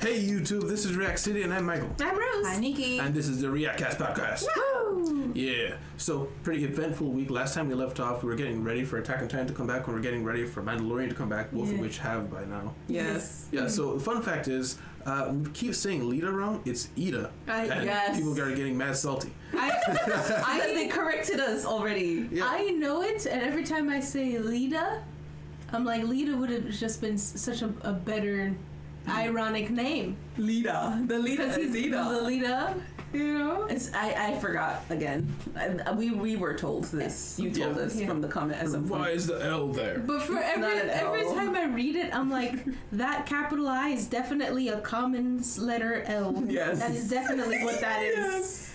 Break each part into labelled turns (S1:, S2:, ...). S1: Hey YouTube, this is React City and I'm Michael.
S2: I'm Rose.
S3: Hi, Nikki.
S1: And this is the React Cast Podcast.
S2: Woo!
S1: Yeah. So pretty eventful week. Last time we left off, we were getting ready for Attack on Titan to come back, and we are getting ready for Mandalorian to come back, both of
S3: Yeah.
S1: which have by now.
S3: Yes.
S1: Yeah, so the fun fact is, uh, we keep saying Lita wrong, it's Ida. and
S3: Uh, yes.
S1: people are getting mad salty.
S3: I, I, they corrected us already.
S1: Yeah.
S2: I know it, and every time I say Lita, I'm like, Lita would have just been s- such a, a better, ironic name.
S3: Lita. The Lita
S2: Because
S3: is
S2: he's the
S3: Lita.
S2: Lita, you know?
S3: It's, I, I forgot again. I, we we were told this. You told
S1: Yeah.
S3: us
S2: Yeah.
S3: from the comment at some
S1: Why
S3: point.
S1: is the L there?
S2: But for
S3: It's not
S2: every
S3: an
S2: every
S3: L.
S2: time I read it, I'm like, that capital I is definitely a common s- letter L.
S3: Yes.
S2: That is definitely what that is.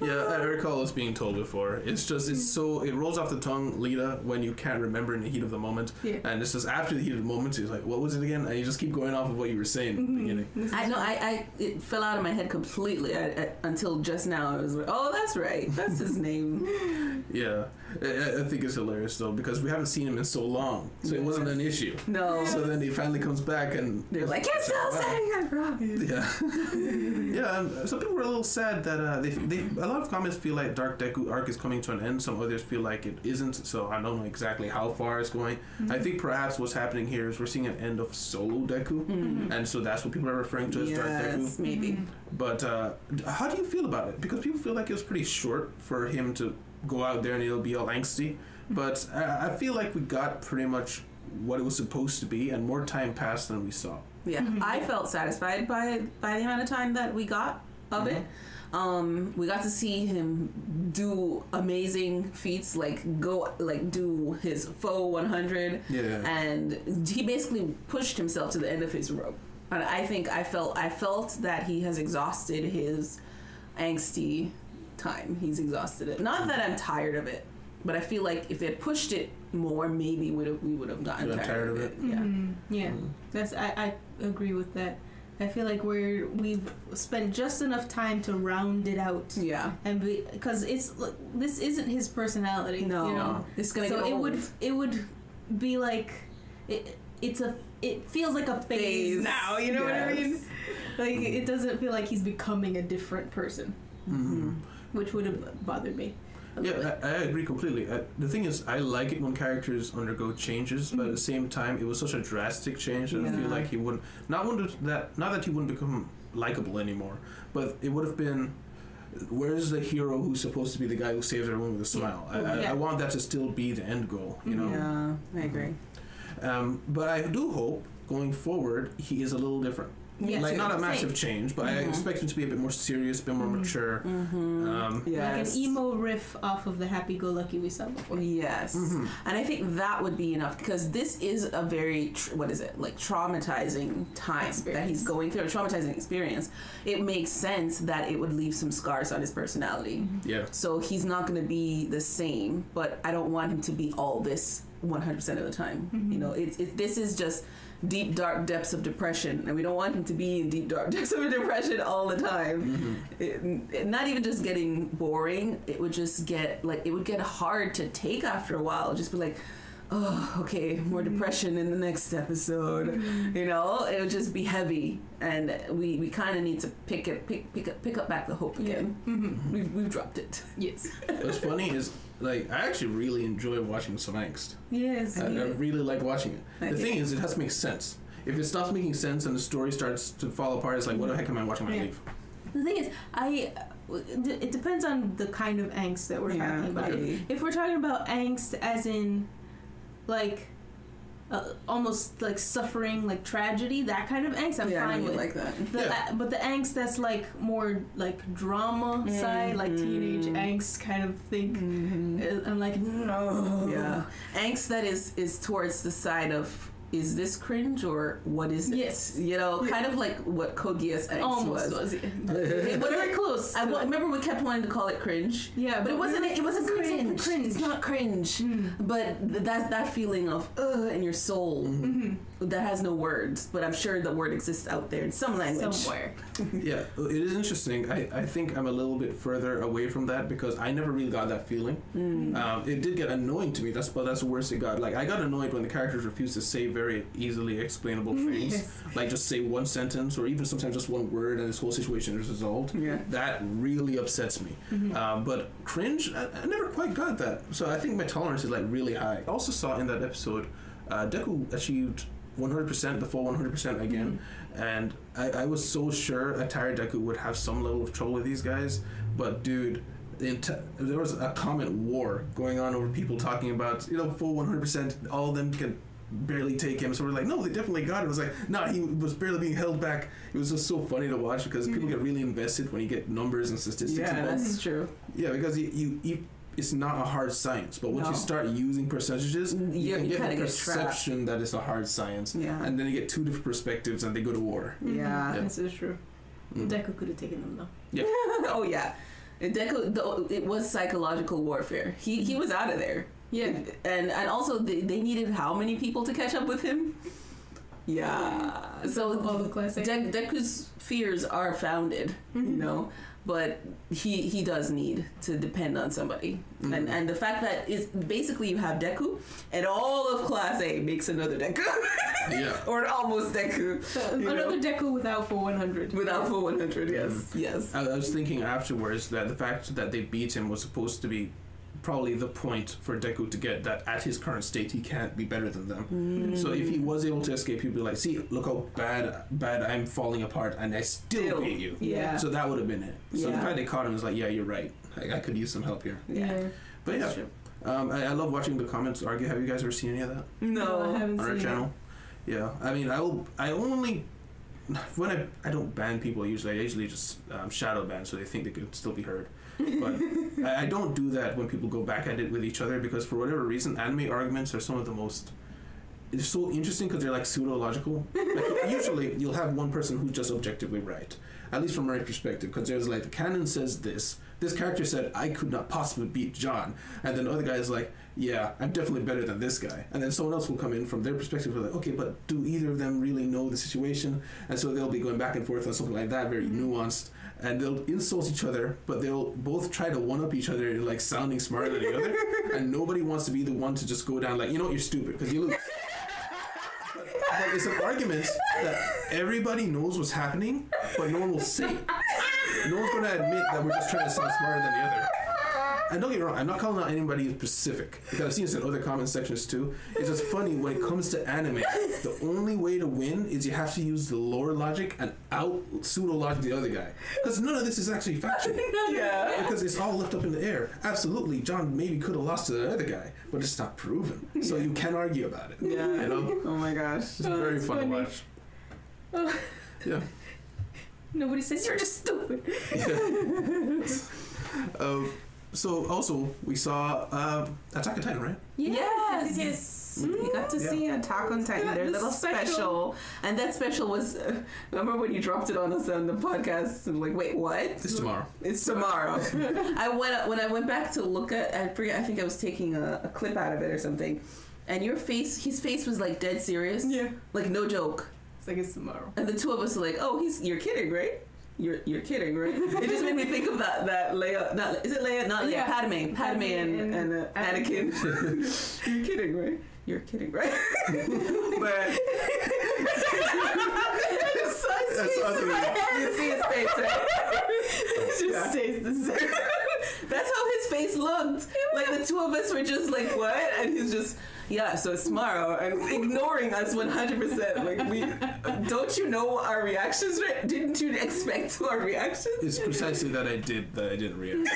S1: Yeah, I recall us being told before. It's just it's so it rolls off the tongue, Lita, when you can't remember in the heat of the moment.
S2: Yeah.
S1: And it's just after the heat of the moment, you're like, what was it again? And you just keep going off of what you were saying in
S3: Mm-hmm.
S1: the beginning.
S3: I know. I, I it fell out of my head completely I, I, until just now. I was like, oh, that's right. That's his name.
S1: Yeah, I- I, I think it's hilarious though because we haven't seen him in so long, so it wasn't an issue.
S3: No.
S1: So then he finally comes back and
S3: They're like, you're still saying I'm wrong.
S1: Yeah, yeah. And some people were a little sad that uh, they, they a lot of comments feel like Dark Deku arc is coming to an end. Some others feel like it isn't. So I don't know exactly how far it's going. I think perhaps what's happening here is we're seeing an end of Solo Deku, and so that's what people are referring to as Dark Deku.
S3: Yes, maybe.
S2: Mm-hmm.
S1: But uh, d- how do you feel about it? Because people feel like it was pretty short for him to go out there and it'll be all angsty. But uh, I, I feel like we got pretty much what it was supposed to be, and more time passed than we saw.
S3: Yeah,
S1: Mm-hmm.
S3: I felt satisfied by by the amount of time that we got of it.
S1: Mm-hmm.
S3: Um, we got to see him do amazing feats, like go like do his foe one hundred,
S1: Yeah.
S3: and he basically pushed himself to the end of his rope. And I think I felt I felt that he has exhausted his angsty time. He's exhausted it. Not that I'm tired of it, but I feel like if they had pushed it more, maybe would have we would have gotten
S1: You got
S3: tired,
S1: tired
S3: of
S1: of Mm-hmm.
S3: it. Yeah.
S2: Mm, yeah, that's I, I agree with that. I feel like we're we've spent just enough time to round it out,
S3: Yeah.
S2: and because it's look, this isn't his personality.
S3: No, oh.
S2: you know?
S3: it's gonna
S2: so
S3: get
S2: it
S3: old.
S2: would it would be like it, it's a it feels like a phase,
S3: Phase.
S2: now. You know what I mean?
S3: Yes.
S2: Like it doesn't feel like he's becoming a different person,
S1: Mm-hmm.
S2: which would have bothered me. a little bit.
S1: Yeah, I, I agree completely. I, the thing is, I like it when characters undergo changes, but at the same time, it was such a drastic change that I feel
S3: Yeah.
S1: like he wouldn't. Not wouldn't it- that not that he wouldn't become likable anymore, but it would have been. Where's the hero who's supposed to be the guy who saves everyone with a smile? I, I,
S2: Yeah.
S1: I want that to still be the end goal, you know.
S3: Yeah, I agree.
S1: Um, but I do hope going forward he is a little different.
S2: Yeah,
S1: like
S2: sure.
S1: not a
S2: Same. Mm-hmm.
S1: massive change, but I
S3: Mhm.
S1: expect him to be a bit more serious, a bit more mature.
S3: Mm-hmm.
S1: Um,
S2: Like an emo riff off of the happy-go-lucky we saw before.
S3: Yes, Mm-hmm. and I think that would be enough because this is a very tr- what is it like traumatizing time that he's
S2: Experience.
S3: going through, a traumatizing experience. It makes sense that it would leave some scars on his personality.
S1: Yeah.
S3: So he's not going to be the same, but I don't want him to be all this 100% of the time. You know, it's it, this is just deep dark depths of depression and we don't want him to be in deep dark depths of depression all the time It- it- not even just getting boring it would just get like it would get hard to take after a while just be like oh okay more depression in the next episode you know it would just be heavy and we we kind of need to pick it pick, pick up pick up back the hope again we've, we've dropped it
S2: Yes.
S1: What's funny is like I actually really enjoy watching some angst.
S2: Yes.
S1: I, I
S2: Mm-hmm.
S1: really like watching it.
S3: I
S1: the
S3: do.
S1: thing is, it has to make sense. If it stops making sense and the story starts to fall apart, it's like, what the heck am I watching? When I
S2: Yeah.
S1: leave.
S2: The thing is, I it depends on the kind of angst that we're
S3: Yeah,
S2: talking about.
S3: okay.
S2: If we're talking about angst as in, like, uh, almost like suffering, like tragedy, that kind of angst, I'm
S3: yeah I
S2: fine with.
S3: really like that
S2: the,
S1: Yeah.
S2: uh, but the angst that's like more like drama side, like teenage
S3: Mm.
S2: angst kind of thing. uh, I'm like, no.
S3: yeah Mm-hmm. angst that is is towards the side of is this cringe or what is it
S2: Yes.
S3: you know kind of like what code geass angst
S2: Almost
S3: was
S2: was it? Very close.
S3: I
S2: to
S3: wa-
S2: it.
S3: remember we kept wanting to call it cringe.
S2: Yeah,
S3: but,
S2: but
S3: it wasn't.
S2: really,
S3: It wasn't
S2: it wasn't
S3: cringe. Hmm.
S2: cringe.
S3: It's not cringe. But th- that that feeling of ugh in your soul
S2: Mm-hmm.
S3: that has no words, but I'm sure the word exists out there in some language.
S2: somewhere.
S1: Yeah, it is interesting. I, I think I'm a little bit further away from that because I never really got that
S2: Mm.
S1: feeling. Um, it did get annoying to me. That's but that's the worst it got. Like I got annoyed when the characters refused to save very easily explainable things.
S2: Yes.
S1: Like just say one sentence or even sometimes just one word and this whole situation is resolved.
S3: Yeah.
S1: That really upsets me. Um, but cringe, I, I never quite got that. So I think my tolerance is like really high. I also saw in that episode, uh, Deku achieved 100%, the full 100% again. And I, I was so sure Attire Deku would have some level of trouble with these guys. But dude, the enti- there was a comment war going on over people talking about, you know, full 100%, all of them can barely take him. So we're like, no, they definitely got it. It was like, no, he was barely being held back. It was just so funny to watch because people get really invested when you get numbers and statistics.
S3: Hmm. Yeah,
S1: involved.
S3: that's true.
S1: yeah because you, you, you it's not a hard science, but once you
S3: No.
S1: start using percentages, you,
S3: You-
S1: can
S3: you
S1: get
S3: kinda
S1: the
S3: get
S1: perception that it's a hard science.
S3: Yeah. Mm-hmm.
S1: And then you get two different perspectives and they go to war.
S3: Yeah.
S1: Yeah.
S2: This is true.
S1: Mm.
S2: Deku could have taken them though.
S3: oh yeah. And Deku, though, it was psychological warfare. He he was out of there.
S2: Yeah.
S3: And and also they, they needed how many people to catch up with him? Yeah. So
S2: All the classic.
S3: De- Deku's fears are founded, you know, but he he does need to depend on somebody, and and the fact that is basically you have Deku, and all of Class A makes another Deku,
S1: Yeah.
S3: or an almost Deku,
S2: So,
S3: you know,
S2: another Deku without full 100.
S3: without full one hundred. Yes, yes.
S1: I, I was thinking afterwards that the fact that they beat him was supposed to be probably the point for Deku to get that at his current state he can't be better than them.
S3: Mm-hmm.
S1: So if he was able to escape, he'd be like, "See, look how bad bad I'm falling apart, and I still,
S3: Still.
S1: beat you."
S3: Yeah.
S1: So that would have been it. So the
S3: Yeah.
S1: fact they caught him is like, "Yeah, you're right. I, I could use some help here."
S3: Yeah.
S1: But yeah,
S3: That's true.
S1: um, I, I love watching the comments argue. Have you guys ever seen any of that?
S2: No, I
S3: No.
S2: haven't
S1: on our
S2: seen
S1: channel. Yeah, I mean, I will. I only when I I don't ban people usually. I usually just um, shadow ban so they think they can still be heard. But I, I don't do that when people go back at it with each other because for whatever reason, anime arguments are some of the most. It's so interesting because they're like pseudo logical. Like, usually, you'll have one person who's just objectively right, at least from my perspective. Because there's like the canon says this. This character said I could not possibly beat John, and then the other guy is like, yeah, I'm definitely better than this guy. And then someone else will come in from their perspective, and be like, okay, but do either of them really know the situation? And so they'll be going back and forth on something like that, very nuanced. And they'll insult each other, but they'll both try to one up each other in like sounding smarter than the other. and nobody wants to be the one to just go down like, you know what, you're stupid because you lose. But it's an argument that everybody knows what's happening, but no one will say it. No one's going to admit that we're just trying to sound smarter than the other. And don't get me wrong, I'm not calling out anybody specific because I've seen this in other comment sections too. It's just funny when it comes to anime, the only way to win is you have to use the lore logic and out pseudo logic the other guy because none of this is actually factual.
S3: Yeah.
S1: Because it's all left up in the air. Absolutely, John maybe could have lost to the other guy, but it's not proven. So you can argue about it.
S3: Yeah.
S1: You know?
S3: Oh my gosh.
S1: It's
S2: Oh,
S1: very
S2: that's
S1: fun
S2: funny.
S1: to watch.
S2: Oh.
S1: Yeah.
S2: Nobody says you're just stupid.
S1: Um, so also we saw uh, Attack on Titan, right?
S2: Yes, Mm. yes,
S3: We got to
S1: Yeah.
S3: see Attack on Titan,
S2: Yeah,
S3: their
S2: the
S3: little
S2: special.
S3: special. And that special was, uh, remember when you dropped it on us on the podcast? And like, wait, what?
S1: It's tomorrow.
S3: It's tomorrow. I went when I went back to look at. I forget. I think I was taking a, a clip out of it or something. And your face, his face was like dead serious,
S2: Yeah.
S3: like no joke.
S2: It's like it's tomorrow.
S3: And the two of us were like, "Oh, he's you're kidding, right? You're you're kidding, right?" it just made me think of that that Leia. Not is it Leia? Not Leia.
S2: Yeah.
S3: Padme. Padme and,
S2: Padme
S3: and
S2: and
S3: uh, Anakin. you're kidding, right? You're kidding, right?
S1: But
S3: I'm so serious. You see his face, right? it just
S1: Yeah.
S3: stays the same. That's how his face looked. Like the two of us were just like, what? And he's just, yeah, so it's tomorrow. And ignoring us 100%. Like, we, don't you know our reactions? Right? Didn't you expect our reactions?
S1: It's precisely that I did that I didn't react.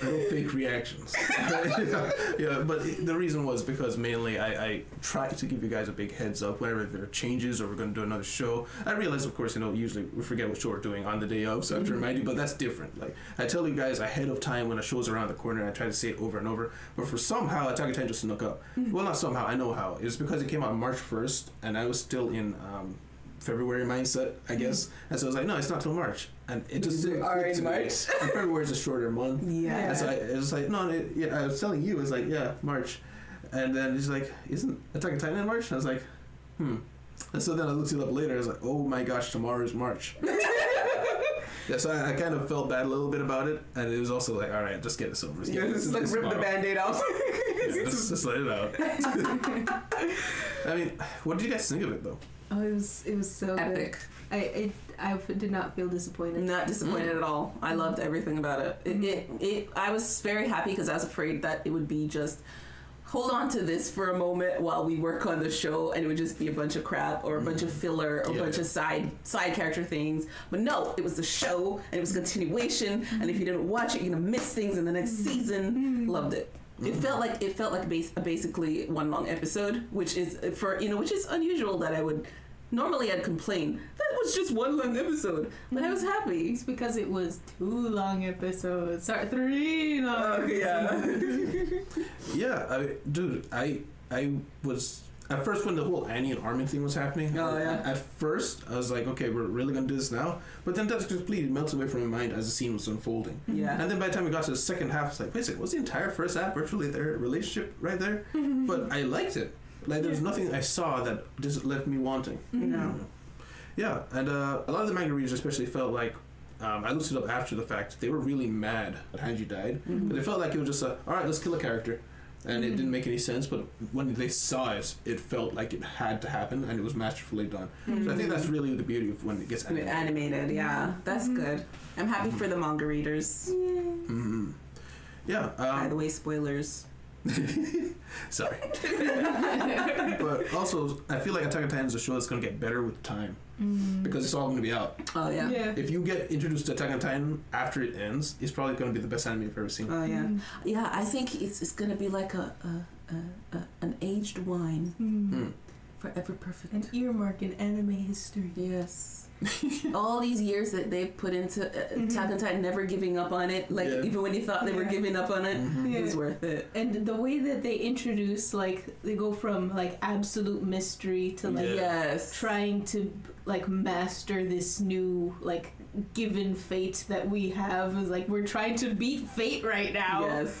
S1: I don't fake reactions. yeah, but the reason was because mainly I, I tried to give you guys a big heads up whenever there are changes or we're going to do another show. I realize, of course, you know, usually we forget what show we're doing on the day of, so I have to remind you, but that's different. Like, I tell you guys ahead of time when a show's around the corner, and I try to say it over and over, but for somehow, Attack on Titan just snuck up. Well, not somehow, I know how. It's because it came out March 1st, and I was still in. Um, February mindset, I guess. And so I was like, no, it's not till March. And it just
S3: We
S1: didn't
S3: are
S1: click
S3: in
S1: to me.
S3: March.
S1: And February is a shorter month.
S3: Yeah.
S1: And so I, it was like, no, it, yeah, I was telling you, it was like, yeah, March. And then it's like, isn't Attack on Titan in March? And I was like, hmm. And so then I looked it up later. I was like, oh my gosh, tomorrow is March. yeah, so I, I kind of felt bad a little bit about it. And it was also like, all right, just get this over. with.
S3: Yeah, this is like
S1: It's
S3: rip the
S1: tomorrow.
S3: band aid off.
S1: let's just let it out. I mean, what did you guys think of it though?
S2: Oh, it was it was so
S3: Epic.
S2: good. I it, I f- did not feel disappointed.
S3: Not disappointed at all. I loved everything about it. It,
S2: Mhm.
S3: it, it I was very happy because I was afraid that it would be just hold on to this for a moment while we work on the show, and it would just be a bunch of crap or a bunch of filler or
S1: Yeah.
S3: a bunch of side side character things. But no, it was the show, and it was a continuation. And if you didn't watch it, you're gonna miss things in the next season. Loved it. It felt like it felt like bas- basically one long episode, which is for you know, which is unusual that I would. Normally, I'd complain. That was just one long episode, but I was happy.
S2: It's because it was two long episodes. Sorry, three long.
S3: Oh,
S1: Yeah, I, dude, I I was at first when the whole Annie and Armin thing was happening.
S3: Oh,
S1: I-
S3: yeah.
S1: At first, I was like, okay, we're really gonna do this now. But then that completely melted away from my mind as the scene was unfolding.
S3: yeah.
S1: And then by the time we got to the second half, it's like, wait a second, was the entire first half virtually their relationship right there?
S3: Mm-hmm.
S1: but I liked it. Like there was nothing I saw that just left me wanting.
S3: No.
S1: Yeah, and uh, a lot of the manga readers especially felt like um, I looked it up after the fact. They were really mad that Hanji died, but they felt like it was just a all right, let's kill a character, and it didn't make any sense. But when they saw it, it felt like it had to happen, and it was masterfully done. So I
S3: Mm-hmm.
S1: think that's really the beauty of when it gets
S3: Animated.
S1: animated.
S3: yeah. That's good. I'm happy for the manga readers.
S1: Mhm. Yeah.
S3: By
S1: Um,
S3: the way, spoilers.
S1: Sorry.
S3: Oh,
S1: but also, I feel like Attack on Titan is a show that's going to get better with time because it's all going to be out.
S3: Oh yeah.
S2: Mm. yeah.
S1: If you get introduced to Attack on Titan after it ends, it's probably going to be the best anime you've ever seen.
S3: Oh yeah.
S2: Mm.
S3: Yeah, I think it's it's gonna be like a, a, a, a an aged wine,
S2: Mm.
S1: Hmm.
S3: forever perfect.
S2: An earmark in anime history.
S3: Yes. All these years that they've put into uh,
S2: Mhm.
S3: Attack on Titan, never giving up on it. Like
S1: Yeah.
S3: even when you thought they were
S2: Yeah.
S3: giving up on it,
S1: Mhm.
S3: it was
S2: Yeah.
S3: worth it.
S2: And the way that they introduce, like, they go from like absolute mystery to like
S1: Yeah.
S3: Yes.
S2: trying to like master this new like given fate that we have is like we're trying to beat fate right now.
S3: Yes.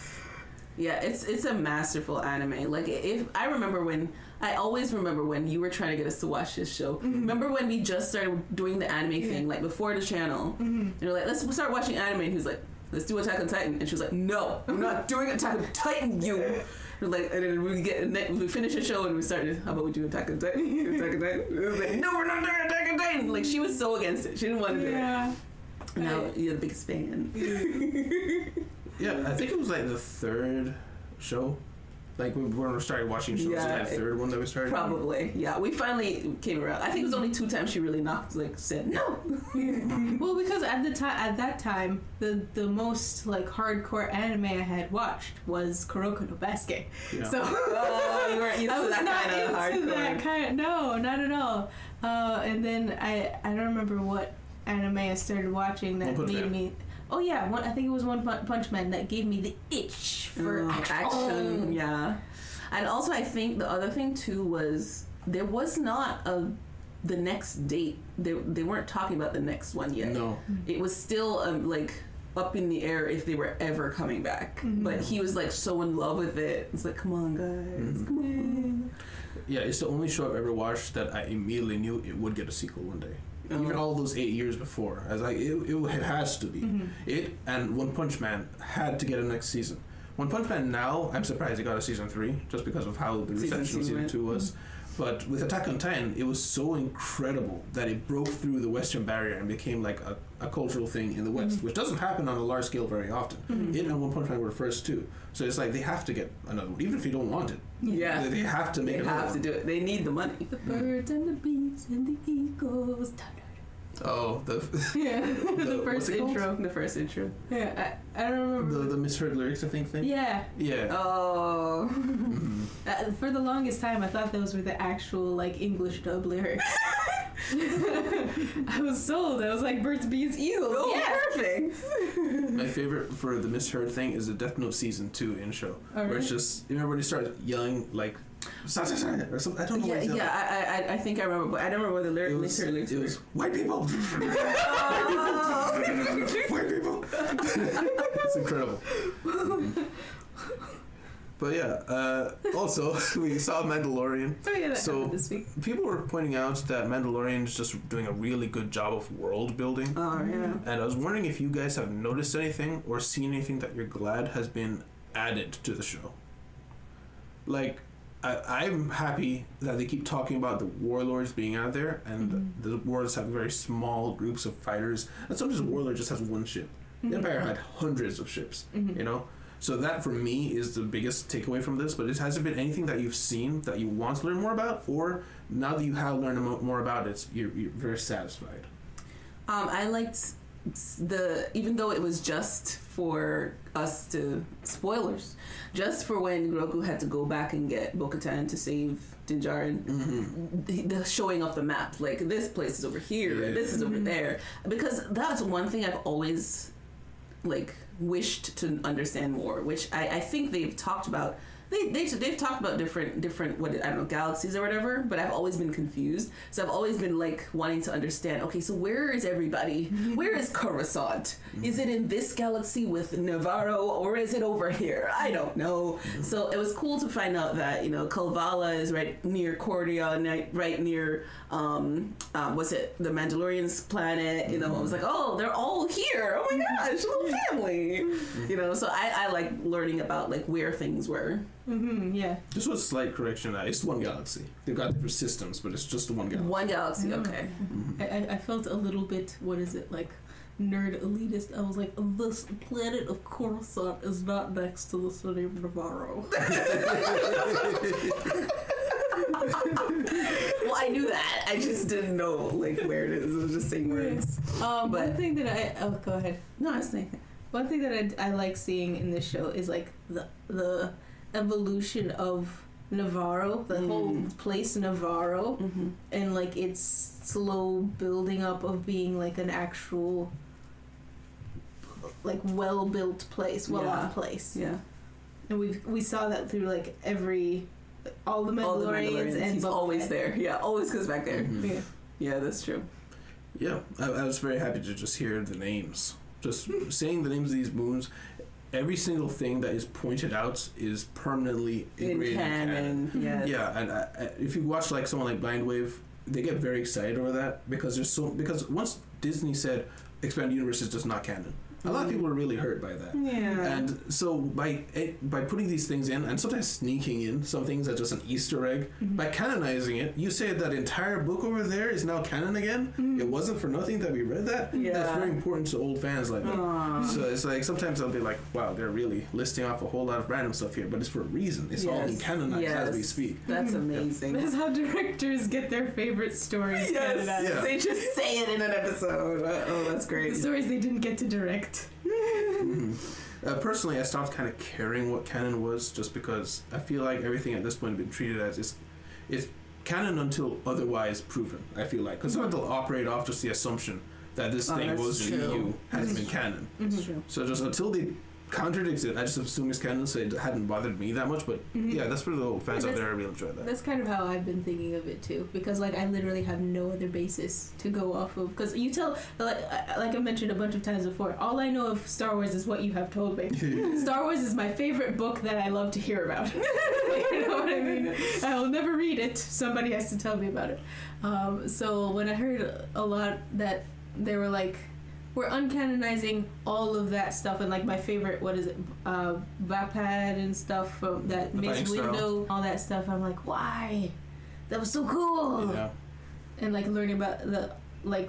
S3: Yeah, it's it's a masterful anime. Like if I remember when I always remember when you were trying to get us to watch this show. Remember when we just started doing the anime
S2: Mm-hmm. Yeah.
S3: thing, like before the channel.
S2: Mm-hmm.
S3: And you're like, let's start watching anime, and he was like, let's do Attack on Titan, and she was like, no, we're not doing Attack on Titan, you. We're like, and then we get and then we finish the show and we start. How about we do Attack on Titan? Attack on Titan. It was like, no, we're not doing Attack on Titan. Like she was so against it, she didn't want to do it.
S2: Yeah.
S3: And Now you're the biggest fan.
S1: Yeah, I think it was like the third show. Like when when we started watching shows,
S3: Yeah,
S1: yeah, that
S3: it-
S1: third one that we started.
S3: Probably, yeah. We finally came around. I think it was only two times she really knocked, like said no.
S2: Well, because at the time, at that time, the the most like hardcore anime I had watched was Kuroko no Basket.
S1: Yeah.
S2: So
S3: Oh, you weren't used
S2: I
S3: to
S2: was
S3: that
S2: not
S3: kinda
S2: into
S3: hardcore.
S2: that kind. No, not at all. Uh, and then I I don't remember what anime I started watching that
S1: One Punch
S2: made
S1: Man.
S2: me. Oh yeah, one, I think it was One Pun- Punch Man that gave me the itch for
S3: Mm,
S2: action.
S3: yeah. And also, I think the other thing too was there was not a the next date. They they weren't talking about the next one yet.
S1: No.
S3: It was still um, like up in the air if they were ever coming back. But he was like so in love with it. It's like, come on, guys,
S1: Mm-hmm.
S3: come on.
S1: Yeah, it's the only show I've ever watched that I immediately knew it would get a sequel one day.
S3: Oh.
S1: Even all those eight years before, I was like, it, it, it has to be.
S3: Mm-hmm.
S1: It and One Punch Man had to get a next season. One Punch Man now, I'm surprised it got a season three just because of how the
S3: Season
S1: reception
S3: two
S1: of season
S3: went. Mm-hmm.
S1: two was. But with Attack on Titan, it was so incredible that it broke through the Western barrier and became like a, a cultural thing in the West,
S3: Mm-hmm.
S1: which doesn't happen on a large scale very often. It and One Punch Man were the first two, so it's like they have to get another one, even if you don't want it.
S3: Yeah.
S1: They- they have to make
S3: They
S1: another
S3: have
S1: one.
S3: to do it. They need the money.
S2: The birds and the bees and the eagles.
S1: Oh, the
S2: Yeah, the,
S1: The- what's
S2: first
S1: it called?
S2: intro.
S3: The first intro.
S2: Yeah, I, I don't
S1: the,
S2: remember.
S1: the misheard lyrics, I think thing.
S2: yeah,
S1: Yeah. Mm-hmm.
S3: Oh.
S2: Uh, for the longest time, I thought those were the actual like English dub lyrics. I was sold. I was like, birds, bees, eagles.
S3: Oh,
S2: yeah.
S3: perfect.
S1: My favorite for the misheard thing is the Death Note season two intro,
S2: Oh,
S1: where it's
S2: really?
S1: just you remember when he starts yelling like, "Sa- sa- sa," or something. I don't know.
S3: Yeah,
S1: what he's yelling.
S3: yeah, I, I, I think I remember, but I don't remember what the lyric,
S1: It was,
S3: lyric- lyrics
S1: it was white people. white people. it's incredible. Mm-hmm. But yeah, uh, also we saw Mandalorian.
S2: Oh, yeah, that
S1: So-
S2: happened this week.
S1: People were pointing out that Mandalorian is just doing a really good job of world building.
S3: Oh, yeah.
S1: And I was wondering if you guys have noticed anything or seen anything that you're glad has been added to the show. like I, I'm happy that they keep talking about the warlords being out there, and the warlords have very small groups of fighters. And sometimes the warlord just has one ship. The Empire had hundreds of ships, you know. So that for me is the biggest takeaway from this. But it hasn't been anything that you've seen that you want to learn more about, or now that you have learned mo- more about it, you're, you're very satisfied.
S3: Um, I liked the even though it was just for us to spoilers, just for when Grogu had to go back and get Bo-Katan to save Dinjarin,
S1: Mm-hmm.
S3: the, the showing off the map like this place is over here,
S1: Yeah.
S3: and this is over there, because that's one thing I've always like wished to understand more, which I, I think they've talked about. They they they've talked about different different what I don't know galaxies or whatever, but I've always been confused. So I've always been like wanting to understand. Okay, so where is everybody? Where is Coruscant? Is it in this galaxy with Navarro, or is it over here? I don't know.
S2: Mm-hmm.
S3: So it was cool to find out that you know Kalvala is right near Cordia, right, right near um, um what's it the Mandalorian's planet? You know, I was
S2: Mm-hmm.
S3: like, oh, they're all here. Oh my gosh, little family.
S2: Mm-hmm.
S3: You know, so I, I like learning about like where things were.
S2: Mm-hmm, yeah.
S1: Just a slight correction. uh, It's one galaxy. They've got different systems, but it's just the one galaxy.
S3: One galaxy,
S2: Mm.
S3: okay.
S2: I, I, I felt a little bit, what is it, like nerd elitist. I was like, this planet of Coruscant is not next to the city of Navarro.
S3: Well, I knew that. I just didn't know like where it is. It was just saying words.
S2: Um,
S3: But-
S2: one thing that I, oh, go ahead.
S3: No, it's nothing.
S2: One thing that I, I like seeing in this show is like the the evolution of Navarro, the whole place Navarro,
S3: Mm-hmm.
S2: and like its slow building up of being like an actual like well built place, well off
S3: Yeah.
S2: place.
S3: Yeah.
S2: And we we saw that through like every all the Mandalorians,
S3: All the Mandalorians.
S2: and
S3: He's
S2: Boba
S3: always
S2: Fett. Mm-hmm.
S3: there. Yeah, always goes back there.
S1: Mhm.
S2: Yeah.
S3: Yeah, that's true.
S1: Yeah, I, I was very happy to just hear the names. Just saying the names of these moons, every single thing that is pointed out is permanently
S3: In
S1: ingrained
S3: canon. Yes.
S1: Yeah, and I, I, if you watch like someone like Blind Wave, they get very excited over that because there's so because once Disney said expand universe is just not canon, a lot of people are really hurt by that.
S3: Yeah.
S1: And so by it- by putting these things in, and sometimes sneaking in some things that's just an Easter egg,
S3: Mm-hmm.
S1: by canonizing it, you say that entire book over there is now canon again. It wasn't for nothing that we read that. That's
S3: Mm-hmm. Yeah.
S1: very important to old fans like that.
S3: Aw.
S1: So it's like sometimes I'll be like, wow, they're really listing off a whole lot of random stuff here, but it's for a reason. It's all being
S3: Yes.
S1: canonized as we
S3: Yes.
S1: speak.
S3: That's amazing.
S2: That's how directors get their favorite stories.
S3: Mm. Yes,
S2: Canonized.
S1: Yeah.
S3: they just say it in an episode. Uh, Oh, that's great.
S2: Stories they didn't get to direct.
S1: Uh, personally, I stopped kind of caring what canon was just because I feel like everything at this point has been treated as is, is canon until otherwise proven. I feel like because they'll operate off just the assumption that this
S3: Oh,
S1: thing
S3: that's
S1: was in the
S3: true.
S1: EU has
S3: That's
S1: been canon.
S2: Mm-hmm.
S3: That's true.
S1: So just until they contradict it, I just assume it's canon, so it hadn't bothered me that much. But
S3: Mm.
S2: Mhm.
S1: yeah, that's for the old fans
S2: But
S1: out
S2: that's-
S1: there. I really enjoyed that.
S2: That's kind of how I've been thinking of it too, because like I literally have no other basis to go off of. Because you tell, like, I- like I mentioned a bunch of times before, all I know of Star Wars is what you have told me. Star Wars is my favorite book that I love to hear about. you know what I mean? I will never read it. Somebody has to tell me about it. Um, so when I heard a lot that they were like, we're uncanonizing all of that stuff and like my favorite, what is it, uh, Vapad and stuff from that
S1: The
S2: Mace
S1: fighting style.
S2: Window, all that stuff. I'm like, why? That was so cool.
S1: yeah.
S2: And like learning about the like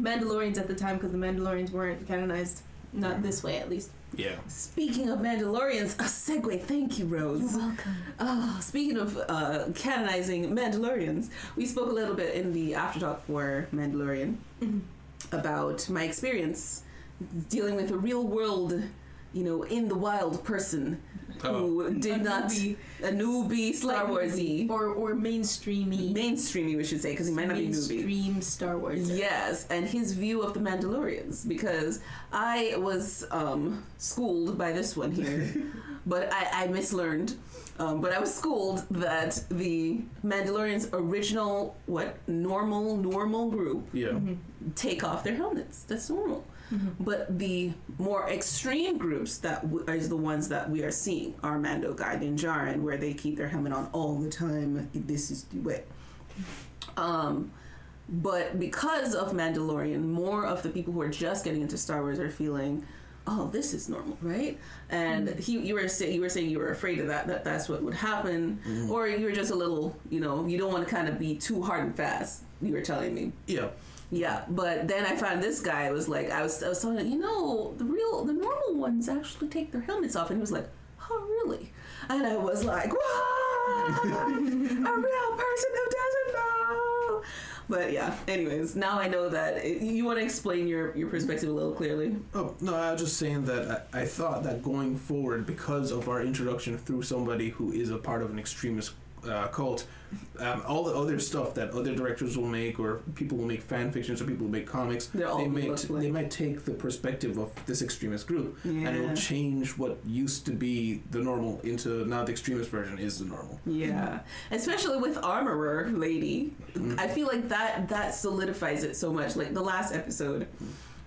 S2: Mandalorians at the time because the Mandalorians weren't canonized, not this way at least.
S1: Yeah.
S3: Speaking of Mandalorians, a segue. Thank you, Rose.
S2: welcome.
S3: Oh, speaking of uh, canonizing Mandalorians, we spoke a little bit in the after talk for Mandalorian
S2: Mhm.
S3: about my experience dealing with a real world, you know, in the wild person
S1: Oh.
S3: who did not
S2: newbie.
S3: a newbie Star Warsy,
S2: or or mainstreamy.
S3: mainstreamy we should say, because he might not be newbie.
S2: mainstream Star Wars.
S3: Yes, and his view of the Mandalorians because I was um, schooled by this one here, but I, I mislearned. Um, but I was schooled that the Mandalorians' original what normal normal group
S1: Yeah.
S3: take off their helmets. That's normal. But the more extreme groups that w- is the ones that we are seeing are Mando, Guy, and Jaren, where they keep their helmet on all the time. This is the way. Um, but because of Mandalorian, more of the people who are just getting into Star Wars are feeling, oh, this is normal, right? And he, you were saying, you were saying you were afraid of that, that that's what would happen, or you were just a little, you know, you don't want to kind of be too hard and fast. You were telling me,
S1: Yeah.
S3: yeah. But then I found this guy was like, I was, I was telling him, you know, the real, the normal ones actually take their helmets off, and he was like, oh, really? And I was like, what? a real person who doesn't know. But yeah, anyways, now I know that it, you want to explain your, your perspective a little clearly.
S1: Oh no, I was just saying that I, I thought that going forward, because of our introduction through somebody who is a part of an extremist uh, cult, um, all the other stuff that other directors will make or people will make fan fictions or people will make comics,
S3: They're all
S1: they might
S3: look
S1: they
S3: like-
S1: might take the perspective of this extremist group and it
S3: Yeah.
S1: will change what used to be the normal into now the extremist version is the normal.
S3: Yeah,
S1: Mm-hmm.
S3: especially with Armorer Lady, I feel like that that solidifies it so much. Like the last episode,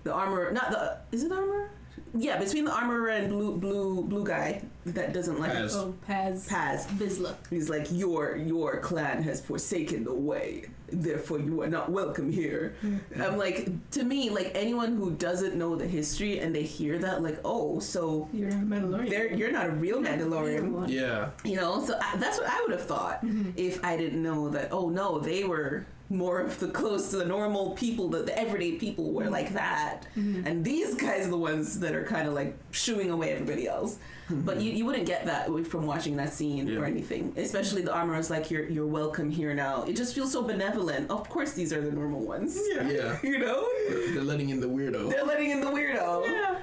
S3: the Armorer, not the is it Armorer? Yeah, between the Armorer and blue blue blue guy that doesn't like
S1: Paz.
S2: Oh, Paz.
S3: Paz.
S2: Vizsla.
S3: He's like your your clan has forsaken the way, therefore you are not welcome here.
S1: Mm-hmm.
S3: I'm like to me like anyone who doesn't know the history and they hear that like oh so
S2: You're not a Mandalorian.
S3: they're, you're not a real Mandalorian
S1: Yeah.
S3: you know so I, that's what i would have thought if i didn't know that oh no they were more of the close to the normal people that the everyday people were like that and these guys are the ones that are kind of like shooing away everybody else but you, you wouldn't get that from watching that scene or
S1: Yeah.
S3: anything especially the armor is like you're, you're welcome here now it just feels so benevolent of course these are the normal ones
S1: Yeah.
S3: you know
S1: They're letting in the weirdo.
S3: they're letting in the weirdo
S2: Yeah.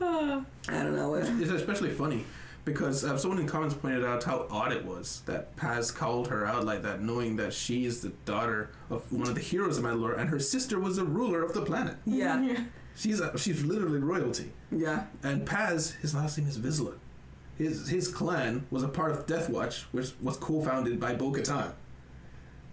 S2: Oh.
S3: i don't know
S1: It's especially funny because uh, someone in comments pointed out how odd it was that Paz called her out like that, knowing that she is the daughter of one of the heroes of Mandalore, and her sister was the ruler of the planet.
S3: yeah
S1: She's uh she's literally royalty.
S3: yeah
S1: And Paz, his last name is Vizsla. His his clan was a part of Death Watch, which was co-founded by Bo-Katan.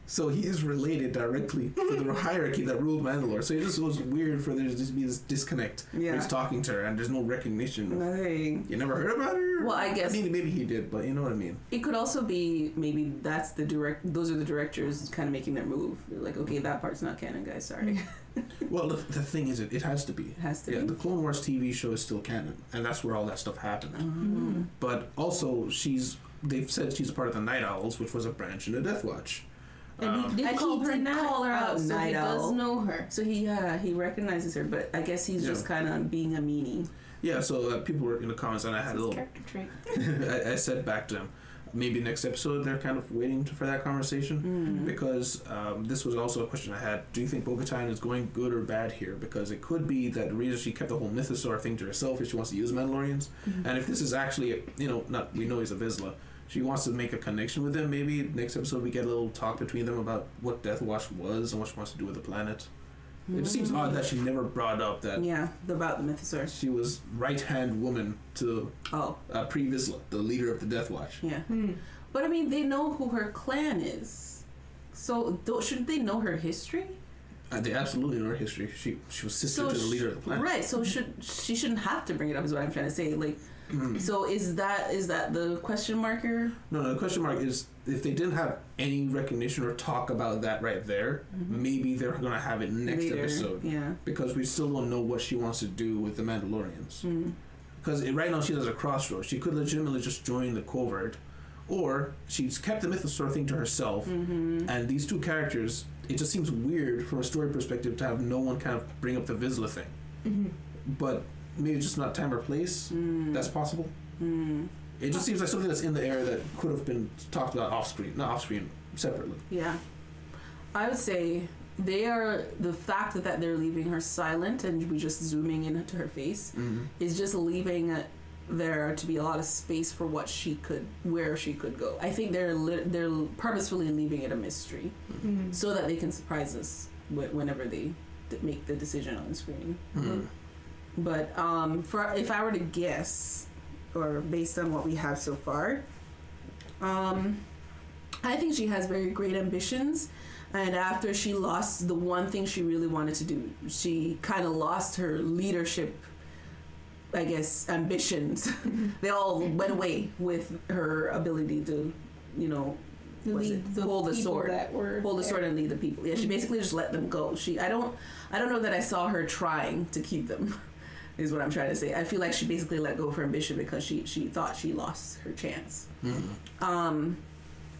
S1: So he is related directly to the hierarchy that ruled Mandalore. So it just was weird for there to just be this disconnect.
S3: Yeah.
S1: He's talking to her, and there's no recognition of
S3: nothing
S1: you never heard about her?
S3: Well, I guess-
S1: I mean, maybe he did, but you know what I mean.
S3: It could also be maybe that's the direct. Those are the directors kind of making their move. They're like, okay, that part's not canon, guys. Sorry,
S1: Well, the, the thing is, it, it has to be.
S3: it has to
S1: Yeah,
S3: be.
S1: the Clone Wars TV show is still canon, and that's where all that stuff happened.
S3: Mhm.
S1: But also, she's they've said she's part of the Night Owls, which was a branch in the Death Watch.
S2: And
S1: Um,
S2: he did
S3: And
S2: call
S3: he
S2: her
S3: did
S2: out,
S3: call her out,
S2: so
S3: Night
S2: he
S3: Owl.
S2: does know her.
S3: So he uh, he recognizes her, but I guess he's
S1: Yeah.
S3: just kind of being a meanie.
S1: yeah, so uh, people were in the comments, and I had a
S2: His
S1: little.
S2: character trait.
S1: I, I said back to them, maybe next episode they're kind of waiting to, for that conversation. Mm-hmm.
S3: Mm.
S1: because um, this was also a question I had. Do you think Bo-Katan is going good or bad here? Because it could be that the reason she kept the whole mythosaur thing to herself is she wants to use Mandalorians,
S3: Mm-hmm.
S1: and if this is actually, you know, not we know he's a Vizsla. She wants to make a connection with him. Maybe next episode we get a little talk between them about what Death Watch was and what she wants to do with the planet. It just seems odd that she never brought up that
S3: Yeah, about the mythosaur.
S1: she was right hand woman to
S3: Oh,
S1: uh, Pre Vizsla, the leader of the Death Watch.
S3: yeah.
S2: Hmm.
S3: But I mean, they know who her clan is, so th- shouldn't they know her history?
S1: Uh, they absolutely know her history. She she was sister
S3: so
S1: to the
S3: sh-
S1: leader of the planet.
S3: Right. So should she shouldn't have to bring it up? Is what I'm trying to say. Like,
S1: Mm.
S3: so is that is that the question marker?
S1: No, no, the question mark is if they didn't have any recognition or talk about that right there, maybe they're going to have it next
S3: Mm-hmm. Later.
S1: episode.
S3: Yeah.
S1: Because we still don't know what she wants to do with the Mandalorians.
S3: Mm.
S1: Because right now she's at a crossroads. She could legitimately just join the covert, or she's kept the mythosaur thing to herself.
S3: Mm-hmm.
S1: And these two characters, it just seems weird from a story perspective to have no one kind of bring up the Vizsla thing.
S2: Mm-hmm.
S1: But maybe just not time or place.
S3: Mm-hmm.
S1: That's possible.
S3: Mm.
S1: It just seems like something that's in the air that could have been talked about off screen, not off screen, separately.
S3: Yeah. I would say they are the fact that, that they're leaving her silent and we just zooming in to her face
S1: Mm-hmm.
S3: is just leaving there to be a lot of space for what she could where she could go. I think they're li- they're purposefully leaving it a mystery
S2: Hmm.
S3: so that they can surprise us wh- whenever they d- make the decision on screen. But um, for if I were to guess, or based on what we have so far, um, I think she has very great ambitions. And after she lost the one thing she really wanted to do, she kind of lost her leadership, I guess, ambitions. they all went away with her ability to, you know, was
S2: Lead
S3: it?
S2: the
S3: Pull the
S2: people
S3: sword.
S2: That were
S3: hold the
S2: there.
S3: sword and lead the people. Yeah, she
S2: Mhm.
S3: basically just let them go. She I don't I don't know that I saw her trying to keep them. is what I'm trying to say. I feel like she basically let go of her ambition because she she thought she lost her chance. Um,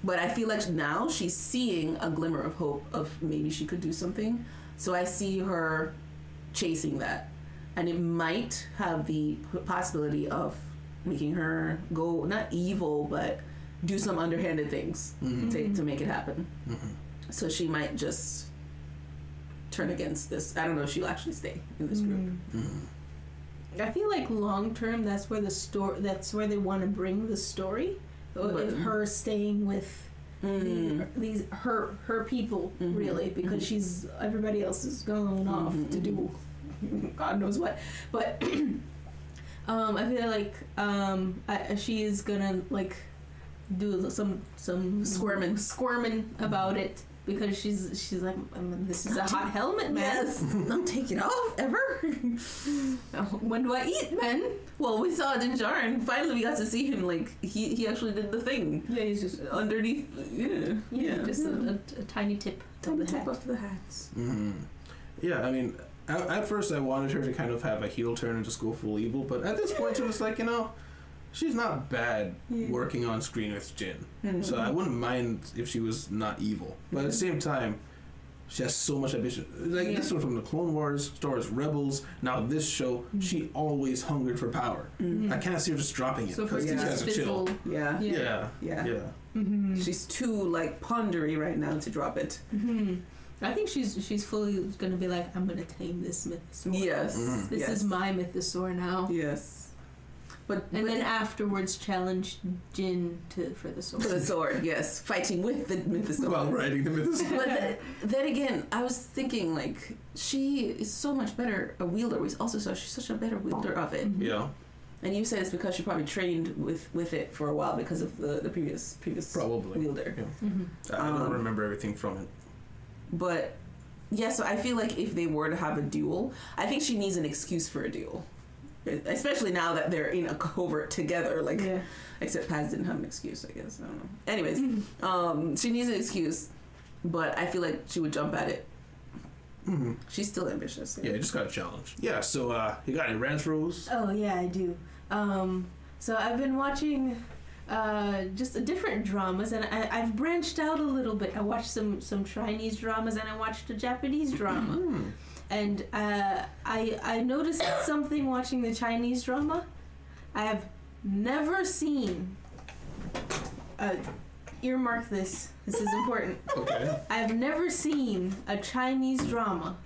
S3: but I feel like now she's seeing a glimmer of hope of maybe she could do something. So I see her chasing that, and it might have the p- possibility of making her go not evil but do some underhanded things
S1: Mhm.
S3: to, to make it happen.
S1: Mhm.
S3: So she might just turn against this. I don't know if she'll actually stay in this group.
S2: Mm-hmm. I feel like long term, that's where the story. That's where they want to bring the story of
S3: But-
S2: of her staying with
S3: Mm.
S2: the, these her her people
S3: Mhm.
S2: really because
S3: Mhm.
S2: she's everybody else is going off
S3: Mhm,
S2: to do God knows what, but um, I feel like um, I, she is gonna like do some some Mm-hmm.
S3: Squirming.
S2: squirming about it because she's she's like "Um, this is a hot helmet man.
S3: Yes, not take it off ever.
S2: When do I eat men?
S3: well, we saw Dinjarin. Finally, we got to see him. Like he, he actually did the thing
S2: Yeah, he's just
S3: underneath. Yeah,
S2: Yeah, just
S3: yeah. Mm.
S2: A, a, a tiny tip of the
S3: tip
S2: hat.
S3: of the hats.
S1: hmm Yeah, I mean, at, at first I wanted her to kind of have a heel turn and just go full evil, but at this point it was like, you know, she's not bad
S3: Yeah.
S1: working on screen with Jin. Mm. So I wouldn't mind if she was not evil. But at the same time, she has so much ambition. Like
S2: Yeah.
S1: this one from the Clone Wars, Star Wars Rebels, now this show, she always hungered for power.
S3: Mm.
S1: I can't see her just dropping it
S2: So for
S1: because
S2: it
S3: first
S2: to
S1: these guys
S3: it's
S2: just
S1: are chill.
S2: fizzle.
S3: Yeah.
S2: Yeah.
S1: Yeah.
S3: Yeah.
S1: yeah.
S2: Mm-hmm.
S3: she's too like pondery right now to drop it.
S2: hmm I think she's she's fully gonna be like, I'm gonna tame this mythosaur.
S3: Yes,
S1: Mhm.
S2: This
S3: yes.
S2: is my mythosaur now.
S3: yes. But
S2: Oh. And
S3: but-
S2: then afterwards, challenge Jin to for the sword.
S3: for the sword, yes, fighting with the with the sword.
S1: While riding the mythos.
S3: But then, then again, I was thinking like she is so much better a wielder. We also saw she's such a better wielder of it.
S2: Mhm.
S1: yeah,
S3: And you said it's because she probably trained with with it for a while because of the the previous previous
S1: probably.
S3: wielder.
S2: Mhm.
S1: I don't
S3: Um,
S1: remember everything from it.
S3: But yeah, so I feel like if they were to have a duel, I think she needs an excuse for a duel. Especially now that they're in a covert together, like
S2: yeah.
S3: except Paz didn't have an excuse, I guess. I don't know. Anyways, um, she needs an excuse, but I feel like she would jump at it.
S1: hmm
S3: She's still ambitious.
S1: Yeah, I just got a challenge. Yeah, so uh, you got any rants, Rose?
S3: Uh,
S2: Oh yeah, I do. Um, so I've been watching uh, just different dramas, and I, I've branched out a little bit. I watched some some Chinese dramas, and I watched a Japanese drama.
S1: Hmm.
S2: and uh, I I noticed something watching the Chinese drama. I have never seen. Uh, earmark this. This is important.
S1: Okay.
S2: I have never seen a Chinese drama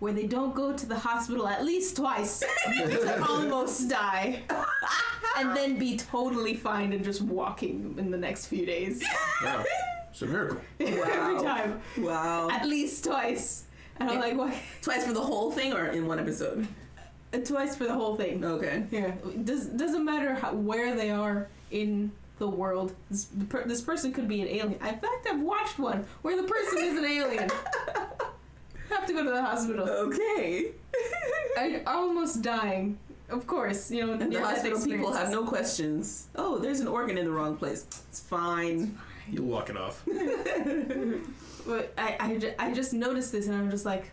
S2: where they don't go to the hospital at least twice to almost die and then be totally fine and just walking in the next few days
S1: Yeah. It's a miracle.
S2: every
S3: Wow.
S2: time
S3: Wow.
S2: at least twice and i'm like what
S3: Twice for the whole thing or in one episode?
S2: uh, twice for the whole thing
S3: Okay.
S2: Yeah, does doesn't matter how, where they are in the world. This, per, this person could be an alien. In fact, I've watched one where the person is an alien. Have to go to the hospital.
S3: Okay.
S2: I almost dying. Of course, you know.
S3: And the
S2: near-death
S3: hospital people
S2: experiences.
S3: have no questions. Oh, there's an organ in the wrong place. It's fine.
S1: You'll walk it off.
S2: But I, I, ju- I just noticed this, and I'm just like,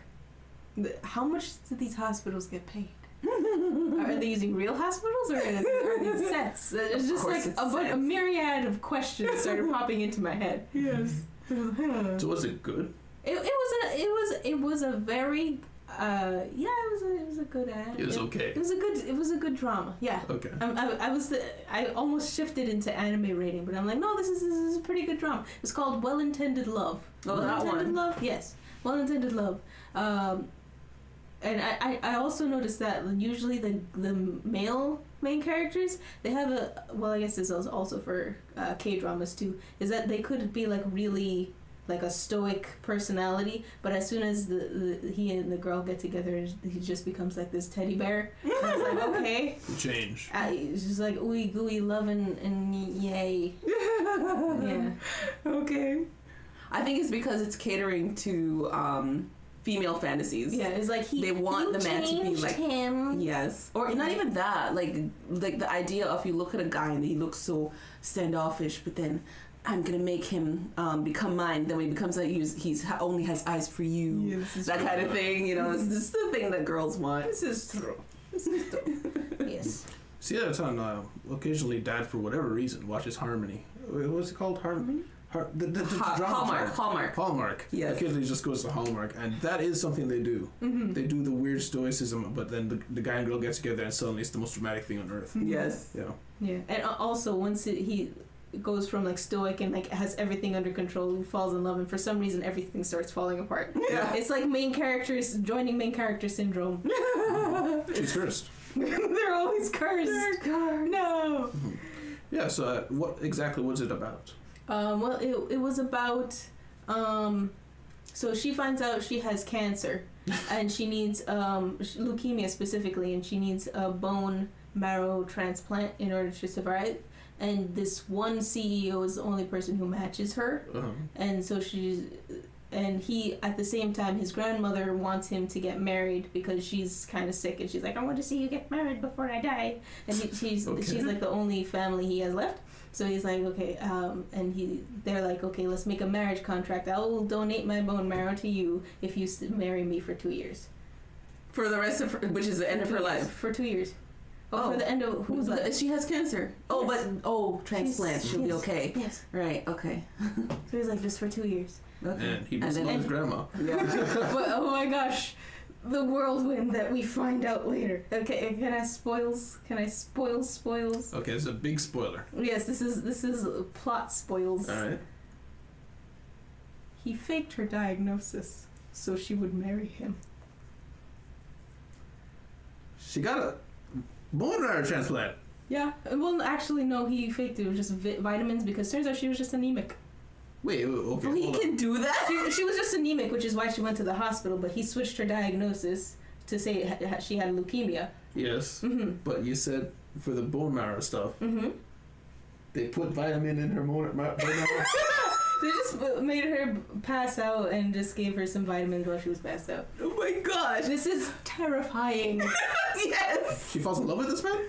S2: th- how much do these hospitals get paid? are they using real hospitals or is- are these sets? It's just like
S3: course it's
S2: a, bu- a
S3: sets.
S2: myriad of questions started popping into my head.
S3: Yes.
S2: it,
S1: So was it good?
S2: it was a it was it was a very uh yeah it was a, it was a good ad.
S1: It was
S2: it,
S1: okay.
S2: it was a good it was a good drama. Yeah.
S1: Okay.
S2: Um, I, I was I almost shifted into anime rating, but I'm like, no, this is this is a pretty good drama. It's called Well Intended Love.
S3: Oh,
S2: well
S3: that
S2: Intended
S3: one.
S2: Love, yes, Well Intended Love. Um, and I, I, I also noticed that usually the the male main characters they have a well I guess this is also for uh, K dramas too is that they could be like really like a stoic personality but as soon as the, the he and the girl get together he just becomes like this teddy bear I was like okay
S1: Change.
S2: I, it's just like ooey gooey loving and yay. yeah.
S3: Okay. I think it's because it's catering to um, female fantasies.
S2: Yeah. It's like he.
S3: They want
S2: you
S3: the man to be
S2: changed
S3: like-
S2: him.
S3: Yes. Or not even that. Like like the idea of you look at a guy and he looks so standoffish, but then I'm gonna make him um, become mine. Then when he becomes like he's, he's ha- only has eyes for you.
S2: Yes,
S3: that kind of thing, you know. It's just the thing that girls want.
S2: This is true. yes.
S1: See, that's on. Uh, occasionally, Dad, for whatever reason, watches Harmony. Wait, What's it called? Harmony. Har- the, the, the
S3: Ha-
S1: drama
S3: Hallmark,
S1: channel.
S3: Hallmark.
S1: Hallmark.
S3: Yes.
S1: Occasionally, just goes to Hallmark, and that is something they do.
S2: Mm-hmm.
S1: They do the weird stoicism, but then the, the guy and girl get together, and suddenly it's the most dramatic thing on earth.
S3: Yes.
S1: Yeah.
S2: Yeah, and al- also once it, he goes from like stoic and like has everything under control, he falls in love, and for some reason everything starts falling apart.
S3: Yeah.
S2: It's like main characters joining main character syndrome.
S1: She's cursed.
S2: They're always cursed. No.
S1: Yeah. So, uh, what exactly was it about?
S2: Um, well, it, it was about. Um, so she finds out she has cancer, and she needs um, sh- leukemia specifically, and she needs a bone marrow transplant in order to survive. And this one CEO is the only person who matches her.
S1: Uh-huh.
S2: and so she's and he at the same time his grandmother wants him to get married because she's kind of sick and she's like i want to see you get married before i die and he, she's
S1: Okay.
S2: she's like the only family he has left so he's like okay um, and he they're like okay let's make a marriage contract i will donate my bone marrow to you if you s- marry me for two years
S3: For the rest of her, which is the end of her
S2: Two years.
S3: life.
S2: for two years oh,
S3: Oh.
S2: for the end of who's
S3: Who's
S2: life?
S3: the, she has cancer. Oh,
S2: Yes.
S3: but oh, transplant.
S2: She's-
S3: She'll be
S2: yes.
S3: okay.
S2: yes
S3: Right. Okay.
S2: so he's like just for two years
S3: Okay.
S1: And he
S3: And
S1: just
S3: then-
S1: loves grandma.
S3: Yeah.
S2: but, oh my gosh, the whirlwind that we find out later. Okay, can I spoils? Can I spoil spoils?
S1: Okay, it's a big spoiler.
S2: Yes, this is this is plot spoils.
S1: All right.
S2: He faked her diagnosis so she would marry him.
S1: She got a bone marrow transplant.
S2: Yeah. Well, actually, no. He faked it. It was just vi- vitamins because turns out she was just anemic.
S1: Wait. Okay.
S3: Well, Oh, he
S1: hold on.
S3: can do that.
S2: She, she was just anemic, which is why she went to the hospital. But he switched her diagnosis to say ha- ha- she had leukemia.
S1: Yes.
S2: Mm-hmm.
S1: But you said for the bone marrow stuff,
S2: Mm-hmm.
S1: they put vitamin in her bone mar- bone marrow.
S2: They just uh, made her pass out and just gave her some vitamins while she was passed out.
S3: Oh my gosh.
S2: This is terrifying.
S3: yes.
S1: she falls in love with this man.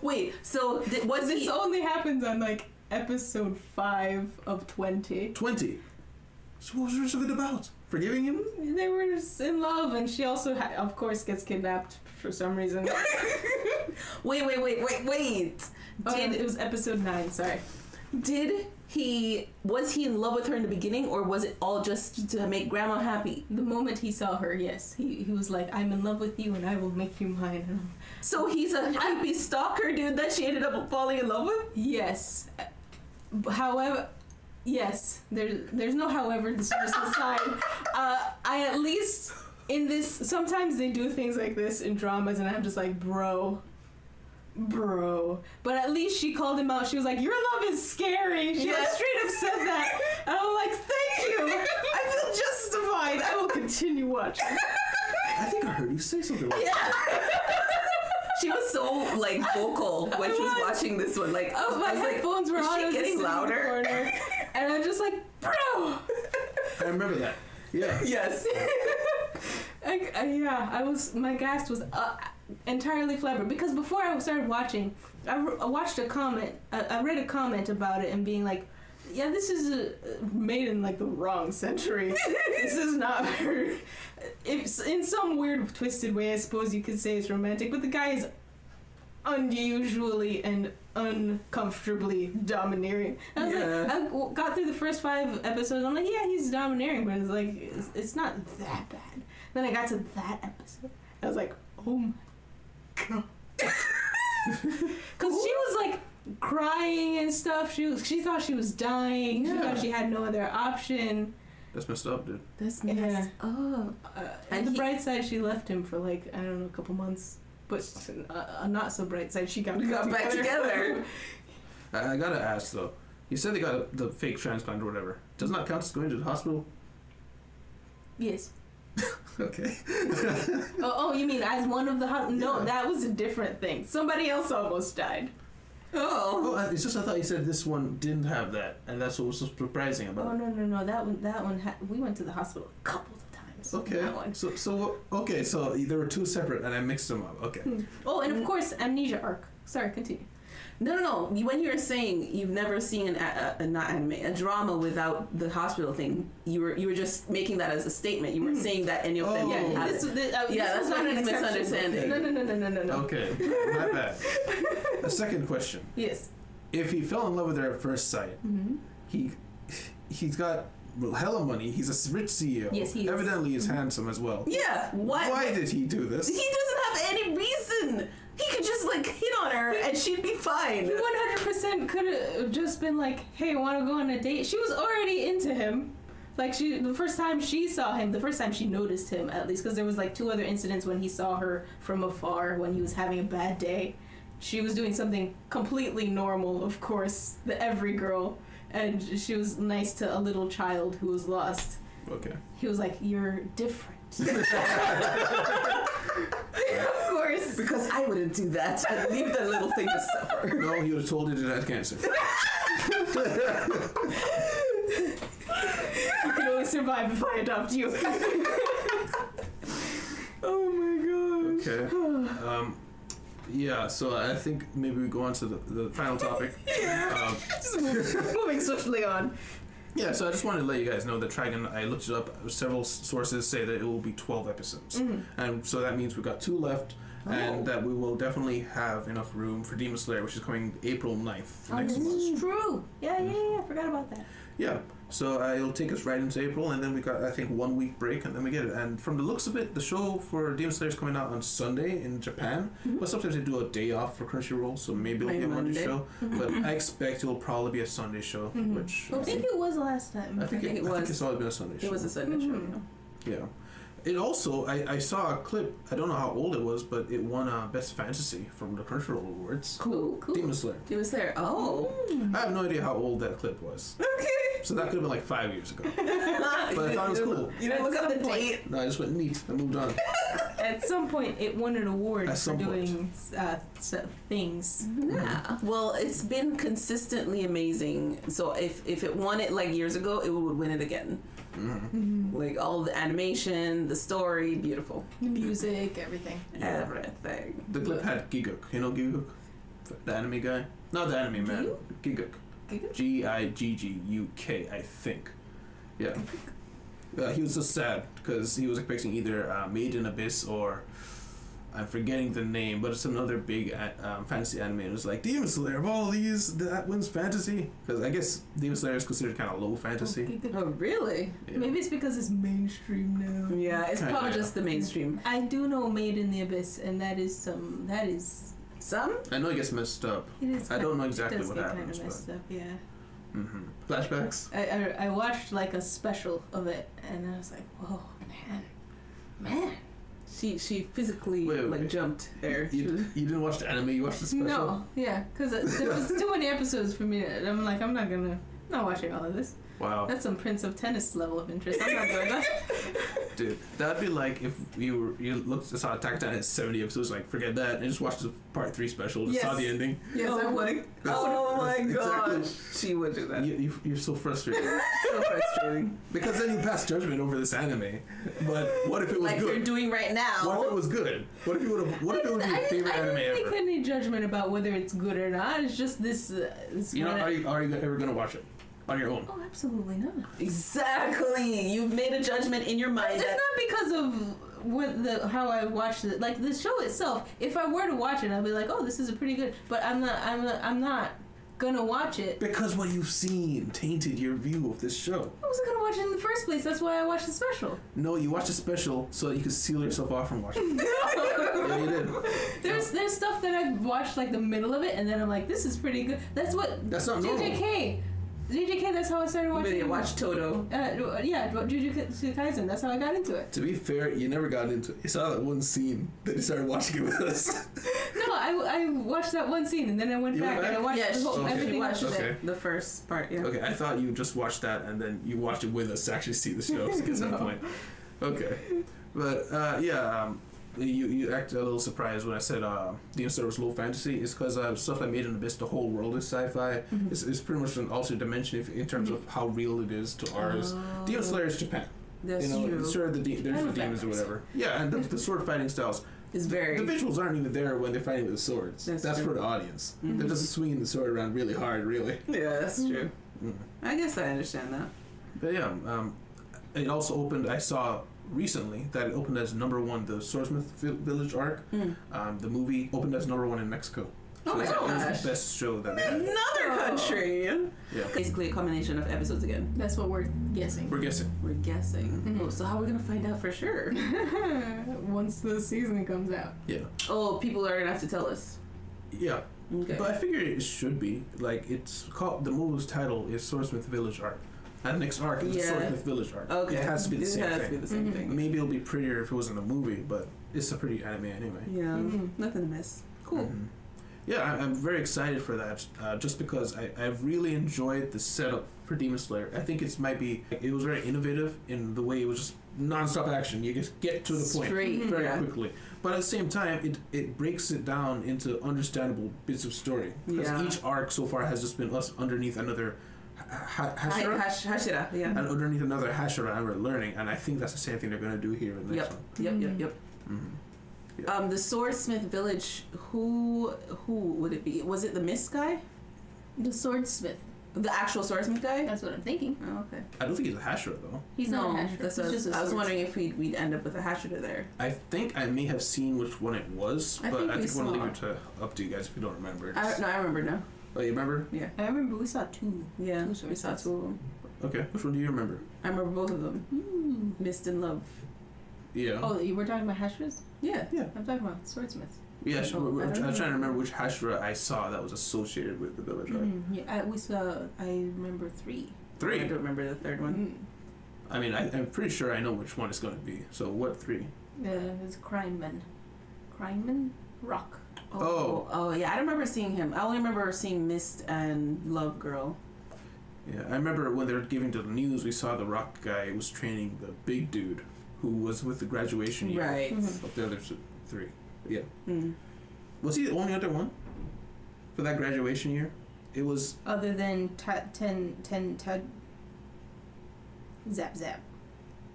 S3: Wait. So th- was
S2: this
S3: he?
S2: only happens on like episode five of twenty.
S1: Twenty. So what was the rest of it about? Forgiving him?
S2: They were just in love, and she also, ha- of course, gets kidnapped for some reason.
S3: Wait. Wait. Wait. Wait. Wait.
S2: Oh, and
S3: Did
S2: it was episode nine. Sorry.
S3: did he? Was he in love with her in the beginning, or was it all just to make Grandma happy?
S2: The moment he saw her, yes, he he was like, "I'm in love with you, and I will make you mine." And I'm-
S3: So he's a creepy stalker dude that she ended up falling in love with.
S2: Yes. Uh, However, yes, there's there's no however this person's side. Uh, I at least in this sometimes they do things like this in dramas, and I'm just like, bro, bro. But at least she called him out. She was like, your love is scary. She like,
S3: Yes.
S2: straight up said that, and I'm like, thank you. I feel justified. I will continue watching.
S1: I think I heard you say something. Like
S3: She was so like vocal when she was watching this one. Like,
S2: Oh, my
S3: I was like,
S2: headphones were
S3: is
S2: on.
S3: she
S2: I was just sitting in
S3: getting
S2: the
S3: louder?
S2: corner, and I'm just like, bro.
S1: I remember that. Yeah.
S3: yes.
S2: I, I, yeah, I was my gas was uh, entirely flabbergasted because before I started watching, I, re- I watched a comment, I, I read a comment about it and being like, yeah, this is uh made in like the wrong century. this is not. It's in some weird twisted way, I suppose you could say it's romantic, but the guy is unusually and uncomfortably domineering. I was like,
S3: Yeah.
S2: I w- got through the first five episodes. I'm like, yeah, he's domineering, but it's like, it's, it's not that bad. Then I got to that episode. I was like, oh my god, because she was like crying and stuff. She was, she thought she was dying. She
S1: Yeah.
S2: thought she had no other option.
S1: That's messed up, dude.
S3: That's
S2: Yeah.
S3: messed up.
S2: Uh, and
S3: And
S2: the
S3: he-
S2: bright side, she left him for like I don't know, a couple months. But uh, a not so bright side, she got,
S3: Got back together.
S1: I, I gotta ask though. You said they got a, the fake transplant or whatever. Doesn't that count as going to the hospital?
S2: yes.
S1: Okay.
S2: Oh, oh, you mean as one of the hot? No,
S1: Yeah.
S2: that was a different thing. Somebody else almost died.
S1: Oh,
S3: Oh.
S1: I- it's just I thought you said this one didn't have that, and that's what was so surprising about.
S2: Oh
S1: it.
S2: no no no! That one that one ha- we went to the hospital a couple of times. on
S1: Okay.
S2: That one.
S1: So so what- okay.
S2: Hmm.
S1: So there were two separate, and I mixed them up. Okay.
S2: Mm. Oh, and of course, amnesia arc. Sorry, continue.
S3: No, no, no. When you were saying you've never seen an a, a, not anime a drama without the hospital thing, you were you were just making that as a statement. You weren't saying that any of them.
S1: Oh.
S3: had
S2: Yeah,
S1: Got
S2: this,
S3: it.
S2: this, uh, this
S3: Yeah,
S2: was
S3: that's
S2: not
S3: not
S2: an
S3: a
S2: exception.
S3: misunderstanding.
S2: No, no, no, no, no, no, no.
S1: Okay, my bad. A second question:
S2: Yes.
S1: If he fell in love with her at first sight,
S2: Mm-hmm.
S1: he he's got hella money. He's a s- rich CEO.
S2: Yes, he is. Mm-hmm.
S1: Evidently, is handsome as well.
S3: yeah. What?
S1: Why did he do
S3: He
S1: this?
S3: doesn't have any reason. He could just like hit on her and she'd be fine.
S2: He 100% could have just been like, hey, want to go on a date? She was already into him. Like, she, the first time she saw him, the first time she noticed him, at least, because there was like two other incidents when he saw her from afar when he was having a bad day. She was doing something completely normal, of course, the every girl, and she was nice to a little child who was lost.
S1: Okay.
S2: He was like, you're different. of course.
S3: Because I wouldn't do that. I'd leave that little thing to suffer.
S1: No, he would have told her that had cancer.
S2: You can only survive if I adopt you.
S3: Oh my god.
S1: Okay. Um, yeah. So I think maybe we go on to the, the final topic. Um,
S2: Just move- moving swiftly on.
S1: yeah. So I just wanted to let you guys know that Dragon. I looked it up. Several s- sources say that it will be twelve episodes, and so that means we've got two left.
S3: Mm-hmm. Oh.
S1: And that we will definitely have enough room for Demon Slayer, which is coming April 9th
S3: Oh,
S1: next month.
S2: true. Yeah, yeah, yeah. I forgot about that.
S1: Yeah, so uh, it'll take us right into April, and then we got I think one week break, and then we get it. And from the looks of it, the show for Demon Slayer is coming out on Sunday in Japan, but sometimes they do a day off for Crunchyroll, so maybe it'll
S3: Mm-hmm. Like
S1: be a Monday
S3: Monday. Mm-hmm.
S1: show. But I expect it'll probably be a Sunday show, which
S2: I think it was last time.
S1: I think,
S3: I think
S1: it,
S3: it
S1: I think
S3: was.
S1: it's always been a Sunday show.
S3: It was a Sunday
S1: Mm-hmm.
S3: show.
S2: Mhm.
S1: yeah. It also I, I saw a clip. I don't know how old it was, but it won uh, Best Fantasy from the Crunchyroll Awards.
S2: Cool, cool.
S1: Demon Slayer.
S3: It was there. Oh.
S1: I have no idea how old that clip was.
S3: Okay.
S1: So that could have been like five years ago. But I thought it was cool.
S3: You didn't
S2: At
S3: look up the
S2: some point.
S3: date.
S1: No, I just went neat. I moved on.
S2: At some point, it won an award
S1: At
S2: for
S1: some point.
S2: doing uh, so- things.
S3: Yeah. Well, it's been consistently amazing. So if if it won it like years ago, it would win it again.
S2: Mm-hmm.
S3: Like all the animation, the story, beautiful.
S2: The music, everything.
S1: Yeah.
S3: Everything.
S1: The clip had Giguk. You know Giguk? The anime guy? Not the anime man. Giguk.
S2: Giguk?
S1: G I G G U K, I think. Yeah. Uh, he was just sad because he was expecting either uh, Made in Abyss or. I'm forgetting the name, but it's another big a- um, fantasy anime. It was like Demon Slayer of all these, that wins fantasy. Because I guess Demon Slayer is considered kind of low fantasy.
S3: Oh, really?
S1: Yeah.
S2: Maybe it's because it's mainstream now.
S3: Yeah, it's
S1: Kinda,
S3: probably
S1: yeah.
S3: just the mainstream.
S2: I do know Made in the Abyss, and that is some. That is.
S3: Some?
S1: I know it gets messed up.
S2: It is
S1: I don't know
S2: it
S1: exactly
S2: does
S1: what
S2: get
S1: happens,
S2: Kind of messed up, yeah.
S1: hmm Flashbacks?
S2: I, I, I watched like a special of it, and I was like, whoa, man, man.
S3: She she physically
S1: Wait, wait,
S3: like
S1: wait.
S3: jumped there. She
S1: You,
S3: was-
S1: you didn't watch the anime, you watched the special?
S2: No, yeah, because there was too many episodes for me. That I'm like, I'm not gonna, not watching all of this.
S1: Wow.
S2: That's some Prince of Tennis level of interest. I'm not doing that.
S1: Dude, that'd be like if you were, you looked saw Attack on Titan at seventy episodes, like forget that, and just watched the part three special, just saw
S2: Yes.
S1: the ending.
S3: Yes, I
S2: Oh,
S3: would.
S1: That's-
S3: Oh my
S1: that's exactly-
S3: gosh. She would do that.
S1: You, you, you're so frustrated
S3: So frustrating.
S1: because then you pass judgment over this anime. But what if it was
S3: like you're
S1: good?
S3: doing right
S1: What if it
S3: now.
S1: was good? What if it would have? What if it would be
S2: I
S1: your
S2: didn't-
S1: favorite
S2: I didn't
S1: anime
S2: make
S1: ever?
S2: any judgment about whether it's good or not. It's just this. Uh, this
S1: You know,
S2: one-
S1: are you are you ever gonna watch it on your own?
S2: Oh, absolutely not.
S3: Exactly. You've made a judgment in your mind.
S2: It's
S3: that-
S2: not because of what the how I watched it. Like the show itself, if I were to watch it, I'd be like, oh, this is a pretty good. But I'm not. I'm. Not, I'm not gonna watch it.
S1: Because what you've seen tainted your view of this show.
S2: I wasn't gonna watch it in the first place. That's why I watched the special.
S1: No, you watched the special so that you could seal yourself off from watching. it. yeah, you did.
S2: There's there's stuff that I've watched like the middle of it, and then I'm like, this is pretty good. That's what.
S1: That's not normal.
S2: JJK. JJK. That's how I started
S3: But
S2: watching.
S3: you watch Toto.
S2: Uh, yeah, Jujutsu Kaisen. That's how I got into it.
S1: To be fair, you never got into it. You saw that one scene that you started watching it with us.
S2: No, I, I watched that one scene, and then I went
S1: You
S2: back,
S1: went
S2: and I
S1: back?
S2: watched
S3: Yeah,
S2: the
S3: she,
S2: whole,
S1: Okay.
S2: everything.
S3: she
S2: else.
S3: watched
S1: Okay.
S3: it. The first part, yeah.
S1: Okay, I thought you just watched that and then you watched it with us to actually see the show. So at that
S2: No.
S1: point, okay, but uh, yeah, um, you you acted a little surprised when I said uh, Demon Slayer was low fantasy. It's because uh, stuff I made in Abyss, the whole world is sci-fi. It's, it's pretty much an alternate dimension if, in terms of how real it is to ours. Demon Slayer is Japan.
S3: That's
S1: you know,
S3: true.
S1: sure the de- there's
S2: I
S1: the
S2: love that
S1: demons or
S2: concept.
S1: whatever. Yeah, and the, the sword fighting styles.
S3: It's very
S1: The visuals aren't even there when they're fighting with the swords.
S3: That's
S1: That's,
S3: true.
S1: for the audience.
S3: Mhm.
S1: They're just swinging the sword around really hard, really.
S3: yeah, that's true.
S1: Mm.
S3: I guess I understand that.
S1: But yeah, um, it also opened. I saw recently that it opened as number one the Swordsmith Vi- Village arc.
S3: Mm.
S1: Um, the movie opened as number one in Mexico.
S3: Oh my
S1: it's like, it was
S3: gosh.
S1: the best show that they had.
S3: Another
S2: Oh.
S3: country.
S1: Yeah,
S3: Basically, a combination of episodes again.
S2: That's what we're guessing.
S1: we're guessing.
S3: We're guessing.
S2: Mhm.
S3: Oh, so how are we gonna find out for sure?
S2: Once the season comes out.
S1: Yeah,
S3: oh, people are gonna have to tell us.
S1: yeah.
S3: Okay.
S1: But I figure it should be like it's called. The movie's title is Swordsmith Village arc. And next arc is
S3: Yeah.
S1: the Swordsmith Village arc.
S3: okay.
S1: It has to be the
S3: It
S1: same
S3: has
S1: thing.
S3: to be the same
S2: Mhm.
S3: thing. Mm-hmm.
S1: Maybe it'll be prettier if it was in a movie, but it's a pretty anime anyway.
S3: Yeah.
S2: Mhm.
S3: Nothing to miss. Mm-hmm. Cool.
S1: Mhm. Yeah, I, I'm very excited for that, uh, just because I, I really enjoyed the setup for Demon Slayer. I think it's might be it was very innovative in the way it was just nonstop action. You just get to the point
S3: Straight.
S1: very
S3: Mm-hmm. yeah.
S1: quickly, but at the same time, it it breaks it down into understandable bits of story because
S3: Yeah.
S1: each arc so far has just been us underneath another ha- ha-
S3: Hi-
S1: Hashira
S3: hash- Hashira. Yeah.
S1: and underneath another Hashira, and we're learning. And I think that's the same thing they're gonna do here in this
S3: Yep. Yep. Yep.
S2: Mhm.
S3: Yep.
S1: one. hmm
S3: Um, the swordsmith village. Who? Who would it be? Was it the mist guy?
S2: The swordsmith.
S3: The actual swordsmith guy?
S2: That's what I'm thinking.
S3: Oh, okay.
S1: I don't think it's a Hashira though.
S2: He's
S3: no,
S2: not a Hashira.
S3: That's
S2: He's
S3: what I was,
S2: just a
S3: I was
S2: swordsmith.
S3: wondering if we'd, we'd end up with a Hashira there.
S1: I think I may have seen which one it was,
S3: I
S1: but
S3: think
S1: I
S3: we
S1: think I want to
S3: saw.
S1: leave it to up to you guys if you don't remember.
S3: I,
S1: Just,
S3: no, I remember now.
S1: oh, you remember?
S3: Yeah.
S2: I remember we saw two.
S3: Yeah.
S2: Two
S3: We saw
S2: swordsmiths.
S3: two of them.
S1: Okay, which one do you remember?
S3: I remember both of them.
S2: Hmm.
S3: Mist and Love.
S1: Yeah.
S2: Oh, you were talking about Hashiras?
S3: Yeah.
S2: I'm talking about swordsmiths.
S1: yeah, sh-
S3: oh,
S1: we're- we're-
S3: I
S1: I'm
S3: don't
S1: trying to
S3: know.
S1: remember which Hashira I saw that was associated with the village. right?
S2: Mhm. Yeah, I, we saw. I remember three.
S3: Mm-hmm. I
S1: Three.
S3: don't remember the third one.
S2: Mm.
S1: I mean, I, I'm pretty sure I know which one it's going to be. So what three?
S2: Uh, it's Crimeman. Crimeman Rock.
S3: Oh. Oh yeah, I don't remember seeing him. I only remember seeing Mist and Love Girl.
S1: Yeah, I remember when they were giving to the news, we saw the rock guy was training the big dude who was with the graduation year
S3: Right.
S2: Mhm.
S1: of the other s- three.
S3: Mm.
S1: Was he the only other one for that graduation year? It was
S2: Other than ta- ten, ten, ta- zap zap.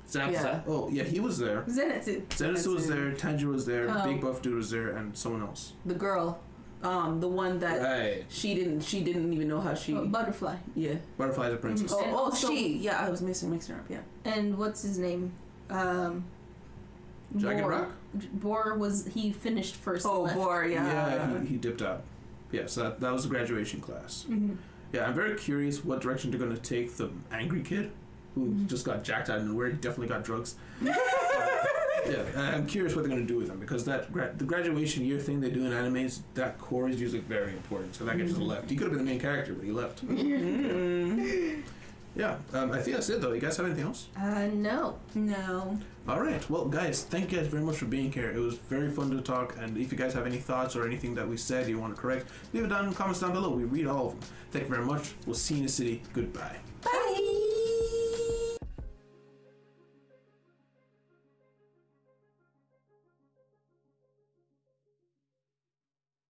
S1: Zap
S3: Yeah.
S1: Zap. Oh, yeah, he was there.
S2: Zenitsu.
S1: Zenitsu was
S3: Zenitsu.
S1: there, Tanjiro was there,
S2: Oh.
S1: Big Buff Dude was there, and someone else.
S3: The girl, um, the one that
S1: Right.
S3: she didn't she didn't even know how she.
S2: Oh, butterfly.
S3: yeah.
S1: Butterfly's a princess.
S3: Oh,
S2: And
S3: oh,
S2: also-
S3: she. Yeah, I was mixing mixing her up. Yeah.
S2: And what's his name? Um.
S1: Jagged
S2: Boar.
S1: Rock?
S2: J- Boar was he finished first.
S3: Oh,
S2: left.
S3: Boar. Yeah.
S1: he, he dipped out. Yeah, so that, that was the graduation class.
S2: Mhm.
S1: Yeah, I'm very curious what direction they're going to take the angry kid who
S3: Mm-hmm.
S2: Mhm.
S1: just got jacked out of nowhere. He definitely got drugs. Yeah, I- I'm curious what they're going to do with him because that gra- the graduation year thing they do in animes, that core is usually very important. So that guy just
S3: Mm-hmm.
S2: Mhm.
S1: left. He could have been the main character, but he left.
S3: Mm.
S1: Yeah, um, I think that's it though. You guys have anything else?
S2: Uh, no.
S3: No.
S1: All right. Well, guys, thank you guys very much for being here. It was very fun to talk. And if you guys have any thoughts or anything that we said you want to correct, leave it down in the comments down below. We read all of them. Thank you very much. We'll see you in the city. Goodbye.